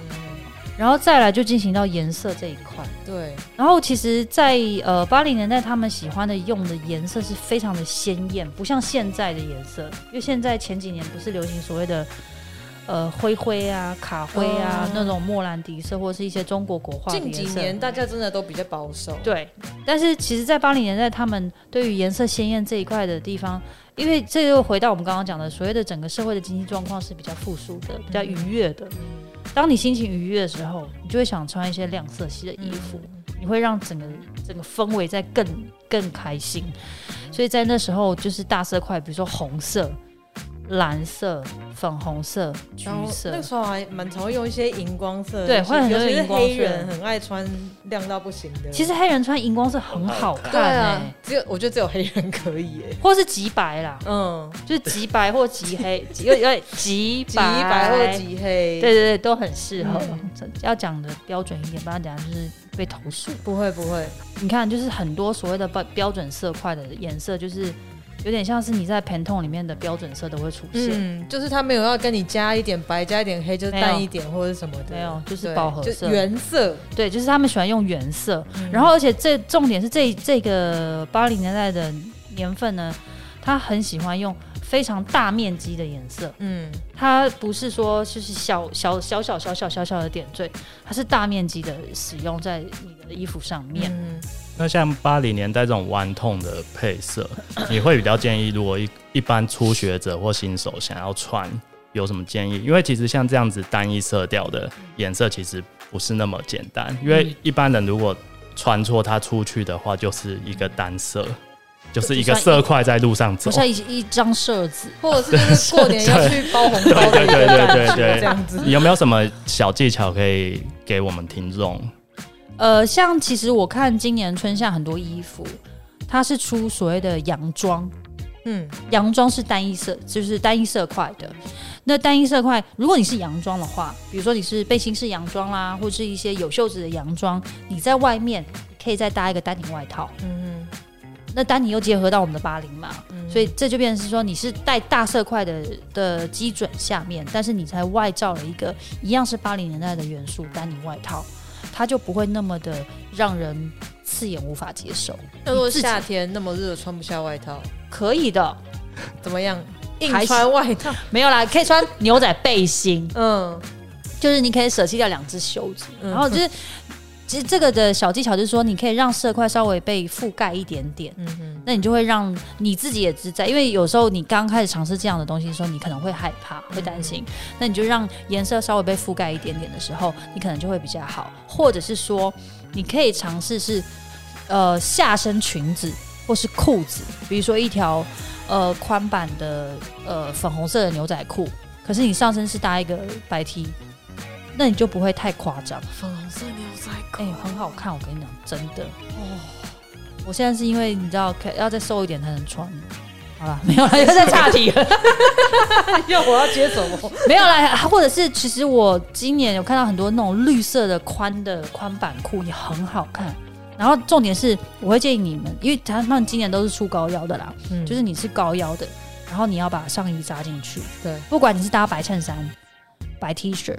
[SPEAKER 3] 然后再来就进行到颜色这一块。
[SPEAKER 2] 对，
[SPEAKER 3] 然后其实在，呃八零年代，他们喜欢的用的颜色是非常的鲜艳，不像现在的颜色，因为现在前几年不是流行所谓的。呃，灰灰啊，卡灰啊，
[SPEAKER 2] 哦
[SPEAKER 3] 那种莫兰迪色，或者是一些中国国画的
[SPEAKER 2] 近
[SPEAKER 3] 颜色。
[SPEAKER 2] 几年大家真的都比较保守，
[SPEAKER 3] 对，但是其实，在八零年代，他们对于颜色鲜艳这一块的地方，因为这又回到我们刚刚讲的，所谓的整个社会的经济状况是比较富庶的、比较愉悦的。
[SPEAKER 2] 嗯
[SPEAKER 3] 当你心情愉悦的时候，你就会想穿一些亮色系的衣服，
[SPEAKER 2] 嗯
[SPEAKER 3] 你会让整个整个氛围再更更开心。所以在那时候，就是大色块，比如说红色、蓝色、粉红色、橘
[SPEAKER 2] 然后
[SPEAKER 3] 色
[SPEAKER 2] 那个。时候还蛮常会用一些荧光色，
[SPEAKER 3] 对
[SPEAKER 2] 尤其
[SPEAKER 3] 会很多
[SPEAKER 2] 尤其是
[SPEAKER 3] 荧光
[SPEAKER 2] 黑
[SPEAKER 3] 色
[SPEAKER 2] 人很爱穿亮到不行的。
[SPEAKER 3] 其实黑人穿荧光是很好看、欸，
[SPEAKER 2] 对啊，只有我觉得只有黑人可以耶。
[SPEAKER 3] 或是极白啦，
[SPEAKER 2] 嗯，
[SPEAKER 3] 就是 极白或极黑，极有有极
[SPEAKER 2] 极
[SPEAKER 3] 白
[SPEAKER 2] 白或极黑，
[SPEAKER 3] 对对，对，都很适合。
[SPEAKER 2] 嗯
[SPEAKER 3] 这要讲的标准一点，不然等下就是被投诉。
[SPEAKER 2] 不会不会，
[SPEAKER 3] 你看，就是很多所谓的标标准色块的颜色，就是有点像是你在 Pantone 里面的标准色都会出现。
[SPEAKER 2] 嗯，就是他没有要跟你加一点白，加一点黑，就是
[SPEAKER 3] 没有
[SPEAKER 2] 淡一点或者什么的，
[SPEAKER 3] 没有就是
[SPEAKER 2] 对
[SPEAKER 3] 饱和色
[SPEAKER 2] 就原色。
[SPEAKER 3] 对，就是他们喜欢用原色。
[SPEAKER 2] 嗯
[SPEAKER 3] 然后，而且这重点是这这个八零年代的年份呢，他很喜欢用非常大面积的颜色。
[SPEAKER 2] 嗯，
[SPEAKER 3] 它不是说就是小小小小小小小小的点缀，它是大面积的使用在你的衣服上面。
[SPEAKER 2] 嗯
[SPEAKER 1] 那像八零年代这种弯痛的配色，你会比较建议，如果一一般初学者或新手想要穿，有什么建议？因为其实像这样子单一色调的颜色，其实不是那么简单。因为一般人如果穿错它出去的话，就是一个单色，就是一个色块在路上走
[SPEAKER 3] 我。像一一张色纸，
[SPEAKER 2] 或者是就是过年要去包红包的
[SPEAKER 1] 对对
[SPEAKER 2] 一
[SPEAKER 1] 对
[SPEAKER 2] 个感
[SPEAKER 1] 对
[SPEAKER 2] 觉，
[SPEAKER 1] 对
[SPEAKER 2] 这样子。
[SPEAKER 1] 你有没有什么小技巧可以给我们听众？
[SPEAKER 3] 呃，像其实我看今年春夏很多衣服，它是出所谓的洋装，
[SPEAKER 2] 嗯
[SPEAKER 3] 洋装是单一色，就是单一色块的。那单一色块，如果你是洋装的话，比如说你是背心式洋装啦，或是一些有袖子的洋装，你在外面可以再搭一个丹宁外套。
[SPEAKER 2] 嗯
[SPEAKER 3] 那丹宁又结合到我们的八零嘛，
[SPEAKER 2] 嗯
[SPEAKER 3] 所以这就变成是说，你是在大色块的的基准下面，但是你才外罩了一个一样是八零年代的元素丹宁外套，它就不会那么的让人刺眼无法接受。
[SPEAKER 2] 那如果
[SPEAKER 3] 你自己
[SPEAKER 2] 夏天那么热，穿不下外套，
[SPEAKER 3] 可以的，
[SPEAKER 2] 怎么样？硬
[SPEAKER 3] 还是
[SPEAKER 2] 穿外套，
[SPEAKER 3] 没有啦，可以穿牛仔背心，
[SPEAKER 2] 嗯，
[SPEAKER 3] 就是你可以舍弃掉两只袖子，
[SPEAKER 2] 嗯
[SPEAKER 3] 然后就是。其实这个的小技巧就是说，你可以让色块稍微被覆盖一点点，
[SPEAKER 2] 嗯哼，
[SPEAKER 3] 那你就会让你自己也自在，因为有时候你刚开始尝试这样的东西的时候，你可能会害怕、会担心，那你就让颜色稍微被覆盖一点点的时候，你可能就会比较好，或者是说你可以尝试是呃下身裙子或是裤子，比如说一条呃宽版的呃粉红色的牛仔裤，可是你上身是搭一个白 T，那你就不会太夸张。
[SPEAKER 2] 粉红色牛仔
[SPEAKER 3] 哎、很好看，我跟你讲，真的。哦，我现在是因为你知道，可要再瘦一点才能穿。好了， 没 有了，又在岔题了。
[SPEAKER 2] 要我要接走哦，
[SPEAKER 3] 没有啦，或者是其实我今年有看到很多那种绿色的宽的宽版裤也很好看。然后重点是，我会建议你们，因为他们今年都是出高腰的啦，
[SPEAKER 2] 嗯
[SPEAKER 3] 就是你是高腰的，然后你要把上衣扎进去，
[SPEAKER 2] 对，
[SPEAKER 3] 不管你是搭白衬衫、白 T 恤，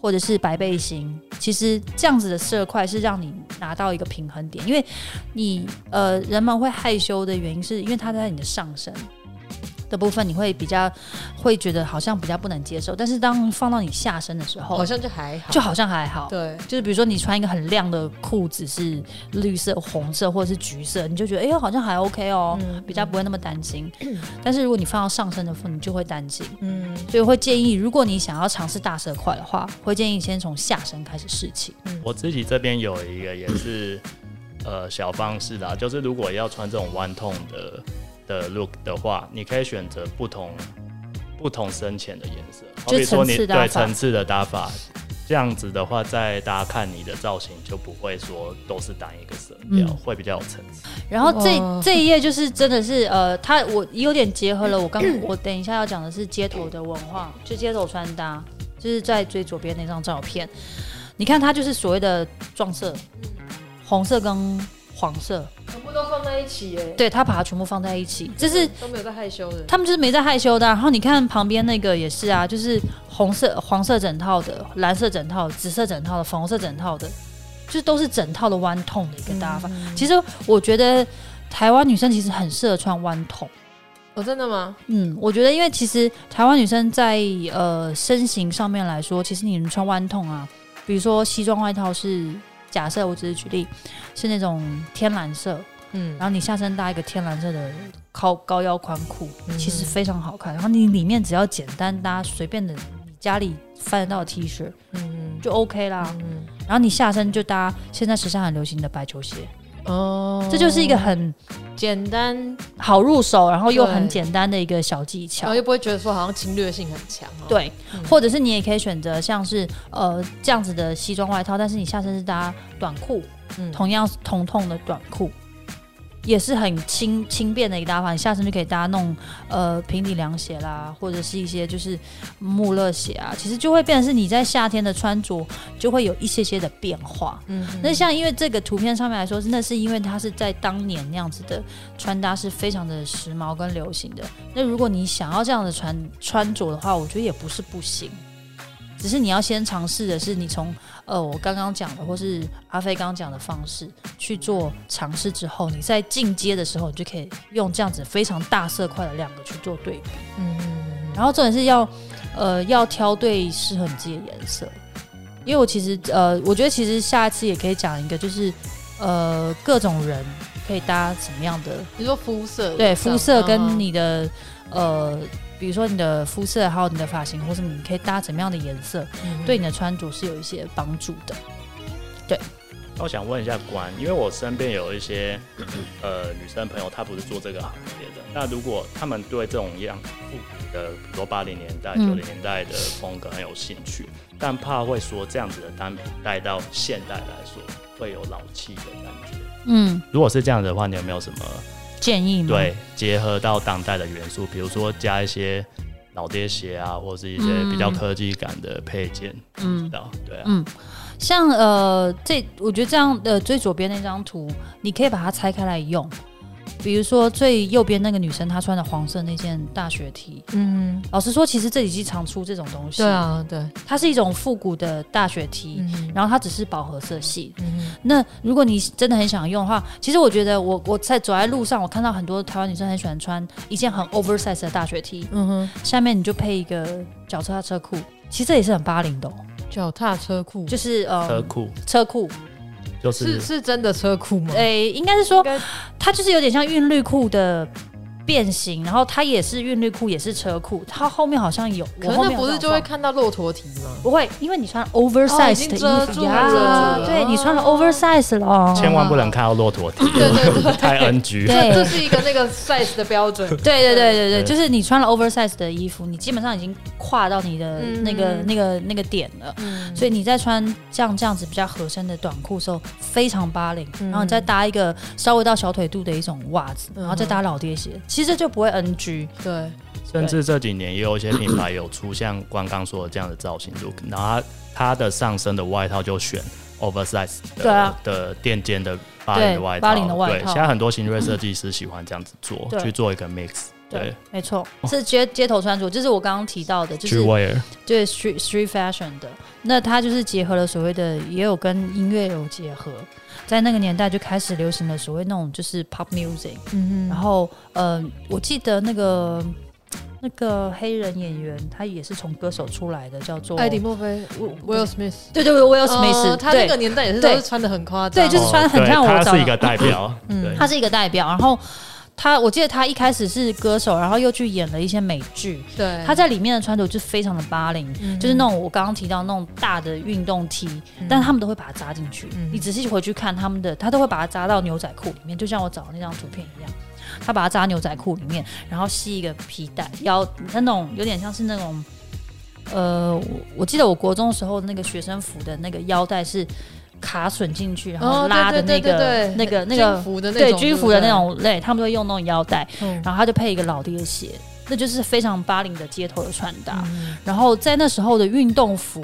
[SPEAKER 3] 或者是白背心，其实这样子的色块是让你拿到一个平衡点，因为你呃人们会害羞的原因是因为它在你的上身。的部分你会比较会觉得好像比较不能接受，但是当放到你下身的时候，
[SPEAKER 2] 好像就还好，
[SPEAKER 3] 就好像还好。
[SPEAKER 2] 对，
[SPEAKER 3] 就是比如说你穿一个很亮的裤子是绿色、红色或者是橘色，你就觉得哎呦好像还 OK 哦，
[SPEAKER 2] 嗯
[SPEAKER 3] 比较不会那么担心。 但是如果你放到上身的部分，你就会担心。
[SPEAKER 2] 嗯
[SPEAKER 3] 所以会建议，如果你想要尝试大色块的话，会建议先从下身开始试起。
[SPEAKER 1] 我自己这边有一个也是呃小方式啦，就是如果要穿这种弯痛的的 look 的话，你可以选择不同不同深浅的颜色，好
[SPEAKER 3] 就
[SPEAKER 1] 比说
[SPEAKER 3] 层
[SPEAKER 1] 你
[SPEAKER 3] 次搭
[SPEAKER 1] 对
[SPEAKER 3] 法
[SPEAKER 1] 层次的搭法。这样子的话，再大家看你的造型就不会说都是单一个色调，
[SPEAKER 3] 嗯
[SPEAKER 1] 会比较有层次。
[SPEAKER 3] 然后这、
[SPEAKER 2] 哇
[SPEAKER 3] 这一页就是真的是呃，它我有点结合了 我刚我等一下要讲的是街头的文化，就街头穿搭，就是在最左边那张照片，你看它就是所谓的撞色，红色跟黄色，
[SPEAKER 2] 全部都放在一起耶，
[SPEAKER 3] 对，它把它全部放在一起，就是
[SPEAKER 2] 都没有在害羞的，
[SPEAKER 3] 他们就是没在害羞的啊、然后你看旁边那个也是啊，就是红色、黄色整套的、蓝色整套的、紫色整套的、粉红色整套的，就是都是整套的弯筒的一个搭法。
[SPEAKER 2] 嗯
[SPEAKER 3] 其实我觉得台湾女生其实很适合穿弯筒。
[SPEAKER 2] 哦，真的吗？
[SPEAKER 3] 嗯，我觉得因为其实台湾女生在呃身形上面来说，其实你们穿弯筒啊，比如说西装外套是假设我只是举例，是那种天蓝色，
[SPEAKER 2] 嗯
[SPEAKER 3] 然，后你下身搭一个天蓝色的高高腰宽裤，
[SPEAKER 2] 嗯
[SPEAKER 3] 其实非常好看。然后你里面只要简单搭随便的你家里翻得到的 T 恤
[SPEAKER 2] 嗯
[SPEAKER 3] 就 OK 啦。
[SPEAKER 2] 嗯
[SPEAKER 3] 然后你下身就搭现在时尚很流行的白球鞋，
[SPEAKER 2] 哦
[SPEAKER 3] 这就是一个很
[SPEAKER 2] 简单，
[SPEAKER 3] 好入手，然后又
[SPEAKER 2] 对
[SPEAKER 3] 很简单的一个小技
[SPEAKER 2] 然
[SPEAKER 3] 巧
[SPEAKER 2] 后。又不会觉得说好像侵略性很强哦，
[SPEAKER 3] 对
[SPEAKER 2] 嗯，
[SPEAKER 3] 或者是你也可以选择像是呃这样子的西装外套，但是你下身是搭短裤，
[SPEAKER 2] 嗯，
[SPEAKER 3] 同样是同痛的短裤，也是很轻轻便的一个搭法，你下身就可以搭那种呃平底凉鞋啦，或者是一些就是穆勒鞋啊，其实就会变成是你在夏天的穿着就会有一些些的变化。
[SPEAKER 2] 嗯哼
[SPEAKER 3] 那像因为这个图片上面来说，那是因为它是在当年那样子的穿搭是非常的时髦跟流行的。那如果你想要这样的穿穿着的话，我觉得也不是不行，只是你要先尝试的是你从呃我刚刚讲的或是阿飞刚刚讲的方式去做尝试之后，你在进阶的时候，你就可以用这样子非常大色块的两个去做对比。
[SPEAKER 2] 嗯嗯
[SPEAKER 3] 然后重点是要呃要挑对适合你自己的颜色，因为我其实呃我觉得其实下一次也可以讲一个，就是呃各种人可以搭什么样的
[SPEAKER 2] 你说肤色嗯
[SPEAKER 3] 对肤色跟
[SPEAKER 2] 你
[SPEAKER 3] 你的呃。比如说你的肤色，还有你的发型，或是你可以搭什么样的颜色，
[SPEAKER 2] 嗯
[SPEAKER 3] 对你的穿着是有一些帮助的。
[SPEAKER 1] 那我想问一下关，因为我身边有一些呃女生朋友，她不是做这个行业的。那如果她们对这种样复古的，比如说八零年代、
[SPEAKER 3] 嗯
[SPEAKER 1] 九零年代的风格很有兴趣，但怕会说这样子的单品带到现代来说会有老气的感觉。
[SPEAKER 3] 嗯，
[SPEAKER 1] 如果是这样子的话，你有没有什么
[SPEAKER 3] 建议吗？
[SPEAKER 1] 对结合到当代的元素，比如说加一些老爹鞋啊，或是一些比较科技感的配件？嗯，知道对啊，
[SPEAKER 3] 像呃呃，这我觉得这样的、呃最左边那张图，你可以把它拆开来用。比如说最右边那个女生，她穿的黄色那件大学 T，
[SPEAKER 2] 嗯，
[SPEAKER 3] 老实说，其实这几季常出这种东西。
[SPEAKER 2] 对，啊，对，
[SPEAKER 3] 它是一种复古的大学 T，、
[SPEAKER 2] 嗯
[SPEAKER 3] 然后它只是饱和色系。
[SPEAKER 2] 嗯
[SPEAKER 3] 那如果你真的很想用的话，其实我觉得我我在走在路上，我看到很多台湾女生很喜欢穿一件很 oversize 的大学 T，
[SPEAKER 2] 嗯哼，
[SPEAKER 3] 下面你就配一个脚踏车裤，其实这也是很八零的、哦，
[SPEAKER 2] 脚踏车库
[SPEAKER 3] 就是呃
[SPEAKER 1] 车库
[SPEAKER 3] 车库，
[SPEAKER 1] 就是
[SPEAKER 2] 是是真的车库吗？
[SPEAKER 3] 诶、应该是说
[SPEAKER 2] 该
[SPEAKER 3] 它就是有点像韵律裤的变形，然后它也是韵律裤，也是车裤，它后面好像有，我
[SPEAKER 2] 可
[SPEAKER 3] 后
[SPEAKER 2] 那
[SPEAKER 3] 面
[SPEAKER 2] 不
[SPEAKER 3] 有
[SPEAKER 2] 是
[SPEAKER 3] 找
[SPEAKER 2] 就会
[SPEAKER 3] 到
[SPEAKER 2] 看到骆驼蹄吗？
[SPEAKER 3] 不会，因为你穿
[SPEAKER 2] 哦已
[SPEAKER 3] oversize
[SPEAKER 2] 经
[SPEAKER 3] 的衣
[SPEAKER 2] 遮住
[SPEAKER 3] 服
[SPEAKER 2] 了
[SPEAKER 3] 呀
[SPEAKER 1] 遮住了
[SPEAKER 3] 对你穿了
[SPEAKER 2] 哦
[SPEAKER 3] oversize 了哦，
[SPEAKER 1] 千万不能看到骆驼
[SPEAKER 3] 嗯
[SPEAKER 1] 蹄，
[SPEAKER 2] 对 对对，
[SPEAKER 1] 太 NG 了。
[SPEAKER 2] 这
[SPEAKER 3] 对。
[SPEAKER 2] 是一个那个 size 的标准。
[SPEAKER 3] 对对对对对，
[SPEAKER 1] 对
[SPEAKER 3] 就是你穿了 oversize 的衣服，你基本上已经跨到你的
[SPEAKER 2] 嗯
[SPEAKER 3] 那个、那个那个点了，
[SPEAKER 2] 嗯
[SPEAKER 3] 所以你在穿像这样子比较合身的短裤的时候，非常八零，
[SPEAKER 2] 嗯
[SPEAKER 3] 然后你再搭一个稍微到小腿肚的一种袜子，
[SPEAKER 2] 嗯
[SPEAKER 3] 然后再搭老爹鞋，其实就不会 NG。
[SPEAKER 2] 对，
[SPEAKER 1] 甚至这几年也有一些品牌有出像刚刚说的这样的造型 look，然后它它的上身的外套就选 oversize 的
[SPEAKER 3] 对啊
[SPEAKER 1] 的垫肩的八零的外套，
[SPEAKER 3] 对80的外
[SPEAKER 1] 对，
[SPEAKER 3] 套
[SPEAKER 1] 现在很多新锐设计师喜欢这样子做，
[SPEAKER 3] 对
[SPEAKER 1] 去做一个 mix，对
[SPEAKER 3] 对，没错，是街街头穿着，就是我刚刚提到的，就
[SPEAKER 1] 去
[SPEAKER 3] 是
[SPEAKER 1] wear，
[SPEAKER 3] 就是 street street fashion 的。那它就是结合了所谓的，也有跟音乐有结合，在那个年代就开始流行了所谓那种就是 pop music。
[SPEAKER 2] 嗯
[SPEAKER 3] 然后，呃，我记得那个那个黑人演员，他也是从歌手出来的，叫做
[SPEAKER 2] 艾迪墨菲，Will Smith，
[SPEAKER 3] 对对对，Will
[SPEAKER 2] 呃
[SPEAKER 3] Smith，
[SPEAKER 2] 他那
[SPEAKER 3] 对
[SPEAKER 2] 个年代也是都
[SPEAKER 3] 对
[SPEAKER 2] 是穿的很夸张，
[SPEAKER 3] 对就是穿得很像我
[SPEAKER 1] 哦对
[SPEAKER 3] 找
[SPEAKER 1] 它
[SPEAKER 3] 的
[SPEAKER 1] 是一个代表，
[SPEAKER 2] 嗯
[SPEAKER 1] 对
[SPEAKER 3] 他是一个代表。然后他，我记得他一开始是歌手，然后又去演了一些美剧。
[SPEAKER 2] 对，
[SPEAKER 3] 他在里面的穿着就非常的八零，
[SPEAKER 2] 嗯
[SPEAKER 3] 就是那种我刚刚提到那种大的运动 T，、但他们都会把它扎进去。
[SPEAKER 2] 嗯
[SPEAKER 3] 你仔细回去看他们的，他都会把它扎到牛仔裤里面，就像我找的那张图片一样，他把它扎牛仔裤里面，然后系一个皮带，腰那种有点像是那种，呃，我我记得我国中的时候那个学生服的那个腰带是卡榫进去，然后
[SPEAKER 2] 哦
[SPEAKER 3] 拉的那
[SPEAKER 2] 对对
[SPEAKER 3] 个、
[SPEAKER 2] 对对对
[SPEAKER 3] 那个那个
[SPEAKER 2] 军。服的那种，
[SPEAKER 3] 对军服的那
[SPEAKER 2] 对
[SPEAKER 3] 种类，他们都会用那种腰带，
[SPEAKER 2] 不对，嗯
[SPEAKER 3] 然后他就配一个老爹鞋，那就是非常八零的街头的穿搭。然后在那时候的运动服，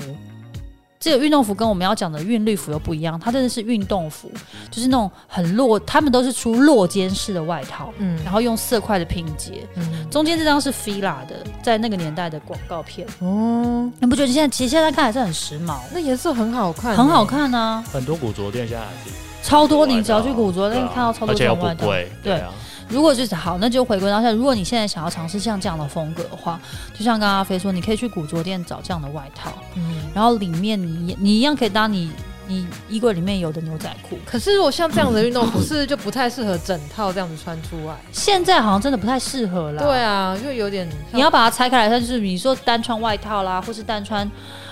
[SPEAKER 3] 这个运动服跟我们要讲的韵律服又不一样，它真的是运动服，就是那种很落，他们都是出落肩式的外套，
[SPEAKER 2] 嗯
[SPEAKER 3] 然后用色块的拼接。
[SPEAKER 2] 嗯
[SPEAKER 3] 中间这张是 fila 的，在那个年代的广告片，
[SPEAKER 2] 哦，
[SPEAKER 3] 你不觉得现在其实现在看还是很时髦，
[SPEAKER 2] 那颜色很好看，欸
[SPEAKER 3] 很好，看啊，
[SPEAKER 1] 很多古着店现在还是
[SPEAKER 3] 超多你只要去古着，那
[SPEAKER 1] 对
[SPEAKER 3] 你
[SPEAKER 1] 啊
[SPEAKER 3] 看到超
[SPEAKER 1] 而
[SPEAKER 3] 多
[SPEAKER 1] 且
[SPEAKER 3] 这
[SPEAKER 1] 又
[SPEAKER 3] 种
[SPEAKER 1] 不
[SPEAKER 3] 外套。
[SPEAKER 1] 贵，对啊，
[SPEAKER 3] 如果就是好，那就回归到现在。如果你现在想要尝试像这样的风格的话，就像刚刚阿飞说，你可以去古着店找这样的外套，
[SPEAKER 2] 嗯。
[SPEAKER 3] 然后里面你你一样可以搭你你衣柜里面有的牛仔裤。
[SPEAKER 2] 可是，如果像这样的运动服，是不是就不太适合整套这样子穿出来。
[SPEAKER 3] 现在好像真的不太适合啦。
[SPEAKER 2] 对，啊，就有点像
[SPEAKER 3] 你要把它拆开来，它就是你说单穿外套啦，或是单穿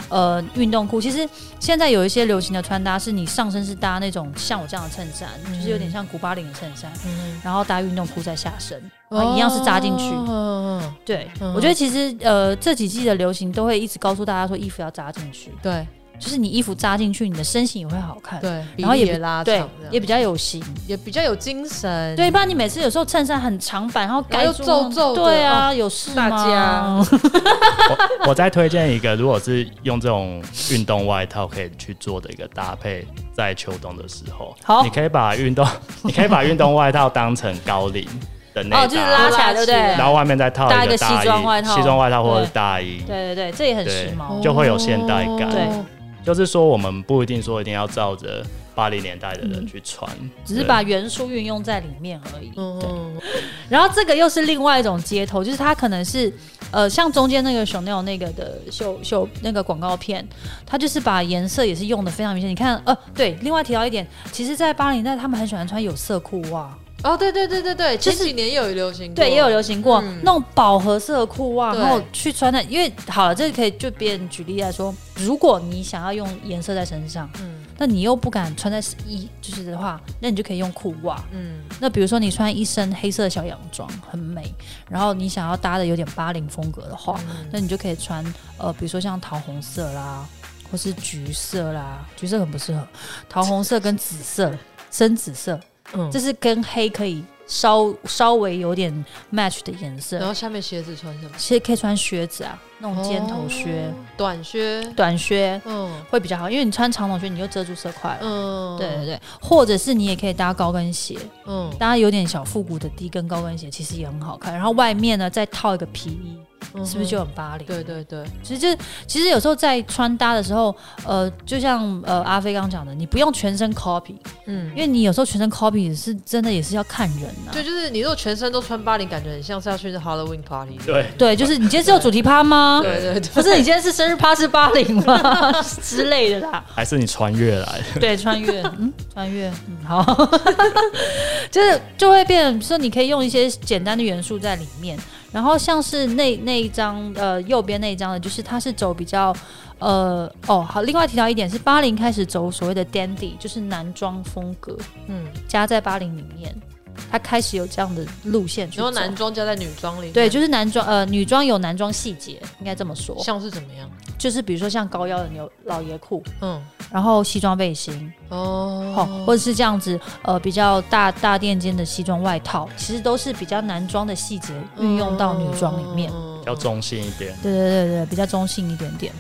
[SPEAKER 3] 呃运动裤。其实现在有一些流行的穿搭是你上身是搭那种像我这样的衬衫，
[SPEAKER 2] 嗯
[SPEAKER 3] 就是有点像古巴领的衬衫，
[SPEAKER 2] 嗯
[SPEAKER 3] 然后搭运动裤在下身，然后一样是扎进去。
[SPEAKER 2] 哦嗯
[SPEAKER 3] 对，
[SPEAKER 2] 嗯
[SPEAKER 3] 我觉得其实呃这几季的流行都会一直告诉大家说衣服要扎进去，
[SPEAKER 2] 对
[SPEAKER 3] 就是你衣服扎进去，你的身形也会好看，
[SPEAKER 2] 对，
[SPEAKER 3] 然后
[SPEAKER 2] 比
[SPEAKER 3] 也
[SPEAKER 2] 例拉
[SPEAKER 3] 对
[SPEAKER 2] 长这，样，
[SPEAKER 3] 也比较有型。
[SPEAKER 2] 也比较有精神。
[SPEAKER 3] 对，不然你每次有时候衬衫很长版，然后改
[SPEAKER 2] 然后又皱皱的哦
[SPEAKER 3] 对啊，有事吗？哦
[SPEAKER 2] 大家
[SPEAKER 1] 我再推荐一个，如果是用这种运动外套可以去做的一个搭配，在秋冬的时候，
[SPEAKER 3] 好
[SPEAKER 1] 你可以把运动， 你可以把运动外套当成高领的内搭，
[SPEAKER 3] 哦，就是拉起来，对不
[SPEAKER 1] 然
[SPEAKER 3] 对？
[SPEAKER 1] 后外面再套
[SPEAKER 3] 搭
[SPEAKER 1] 一
[SPEAKER 3] 一
[SPEAKER 1] 个
[SPEAKER 3] 个
[SPEAKER 1] 大衣、
[SPEAKER 3] 西装外套
[SPEAKER 1] 西装外套或者是大衣，
[SPEAKER 3] 对对对，这也很时髦
[SPEAKER 1] 对。哦就会有现代感
[SPEAKER 3] 对
[SPEAKER 2] 哦
[SPEAKER 1] 就是说我们不一定说一定要照着八零年代的人去穿，
[SPEAKER 3] 只是
[SPEAKER 1] 对
[SPEAKER 3] 把元素运用在里面而已。
[SPEAKER 2] 嗯
[SPEAKER 3] 对，
[SPEAKER 2] 嗯
[SPEAKER 3] 然后这个又是另外一种街头，就是它可能是呃，像中间那个 Chanel 那个的秀秀那个广告片，它就是把颜色也是用的非常明显。你看，呃，对，另外提到一点，其实，在八零年代他们很喜欢穿有色裤袜，
[SPEAKER 2] 哦，对对对对对，
[SPEAKER 3] 就
[SPEAKER 2] 前
[SPEAKER 3] 是
[SPEAKER 2] 几年也有流行过，
[SPEAKER 3] 对，也有流行过、
[SPEAKER 2] 嗯
[SPEAKER 3] 那种饱和色的裤袜，
[SPEAKER 2] 对
[SPEAKER 3] 然后去穿的，因为好了，这可以就别人举例来说，如果你想要用颜色在身上，
[SPEAKER 2] 嗯
[SPEAKER 3] 那你又不敢穿在一就是的话，那你就可以用裤袜。
[SPEAKER 2] 嗯
[SPEAKER 3] 那比如说你穿一身黑色的小洋装，很美，然后你想要搭的有点巴零风格的话，
[SPEAKER 2] 嗯
[SPEAKER 3] 那你就可以穿呃，比如说像桃红色啦，或是橘色啦，橘色很不适合，桃红色跟紫色、深紫色，
[SPEAKER 2] 嗯
[SPEAKER 3] 这是跟黑可以稍稍微有点 match 的颜色
[SPEAKER 4] 然，后下面鞋子穿什么？
[SPEAKER 3] 其实可以穿靴子啊，那种尖头
[SPEAKER 4] 哦
[SPEAKER 3] 靴、
[SPEAKER 4] 短靴。
[SPEAKER 3] 短靴
[SPEAKER 4] 嗯
[SPEAKER 3] 会比较好，因为你穿长筒靴你就遮住色块了。
[SPEAKER 4] 嗯，
[SPEAKER 3] 对对对，或者是你也可以搭高跟鞋，
[SPEAKER 4] 嗯
[SPEAKER 3] 搭有点小复古的低跟高跟鞋，其实也很好看。然后外面呢再套一个皮衣，
[SPEAKER 4] 嗯
[SPEAKER 3] 是不是就
[SPEAKER 4] 哼
[SPEAKER 3] 很巴黎？
[SPEAKER 4] 对对对，
[SPEAKER 3] 其实就是，其实有时候在穿搭的时候，呃，就像呃阿飞刚刚讲的，你不用全身 copy，
[SPEAKER 4] 嗯
[SPEAKER 3] 因为你有时候全身 copy 是真的也是要看人啊呐、
[SPEAKER 4] 对，就是你如果全身都穿巴黎，感觉很像是要去那 Halloween party。
[SPEAKER 1] 对，
[SPEAKER 3] 对，就是你今天是有主题趴吗？
[SPEAKER 4] 对对对，
[SPEAKER 3] 不是，你今天是生日趴是八零 吗之类的啦？
[SPEAKER 1] 还是你穿越来的，
[SPEAKER 3] 对，穿越，嗯，穿越，嗯，好， 就是就会变，说你可以用一些简单的元素在里面。然后像是那那一张呃右边那一张的，就是它是走比较呃哦好，另外提到一点是八零开始走所谓的 dandy，就是男装风格
[SPEAKER 4] 嗯，
[SPEAKER 3] 加在八零里面，它开始有这样的路线去
[SPEAKER 4] 然
[SPEAKER 3] 走
[SPEAKER 4] 后。男装加在女装里面，
[SPEAKER 3] 对，就是男装呃女装有男装细节，应该这么说，
[SPEAKER 4] 像是怎么样？
[SPEAKER 3] 就是比如说像高腰的牛老爷裤，
[SPEAKER 4] 嗯，
[SPEAKER 3] 然后西装背心，哦
[SPEAKER 4] 哦，，
[SPEAKER 3] 或者是这样子，呃，比较大大垫肩的西装外套，其实都是比较男装的细节运用到女装里面。
[SPEAKER 4] 嗯
[SPEAKER 2] 哦
[SPEAKER 1] 比较中性一点。
[SPEAKER 3] 对对对对，比较中性一点点。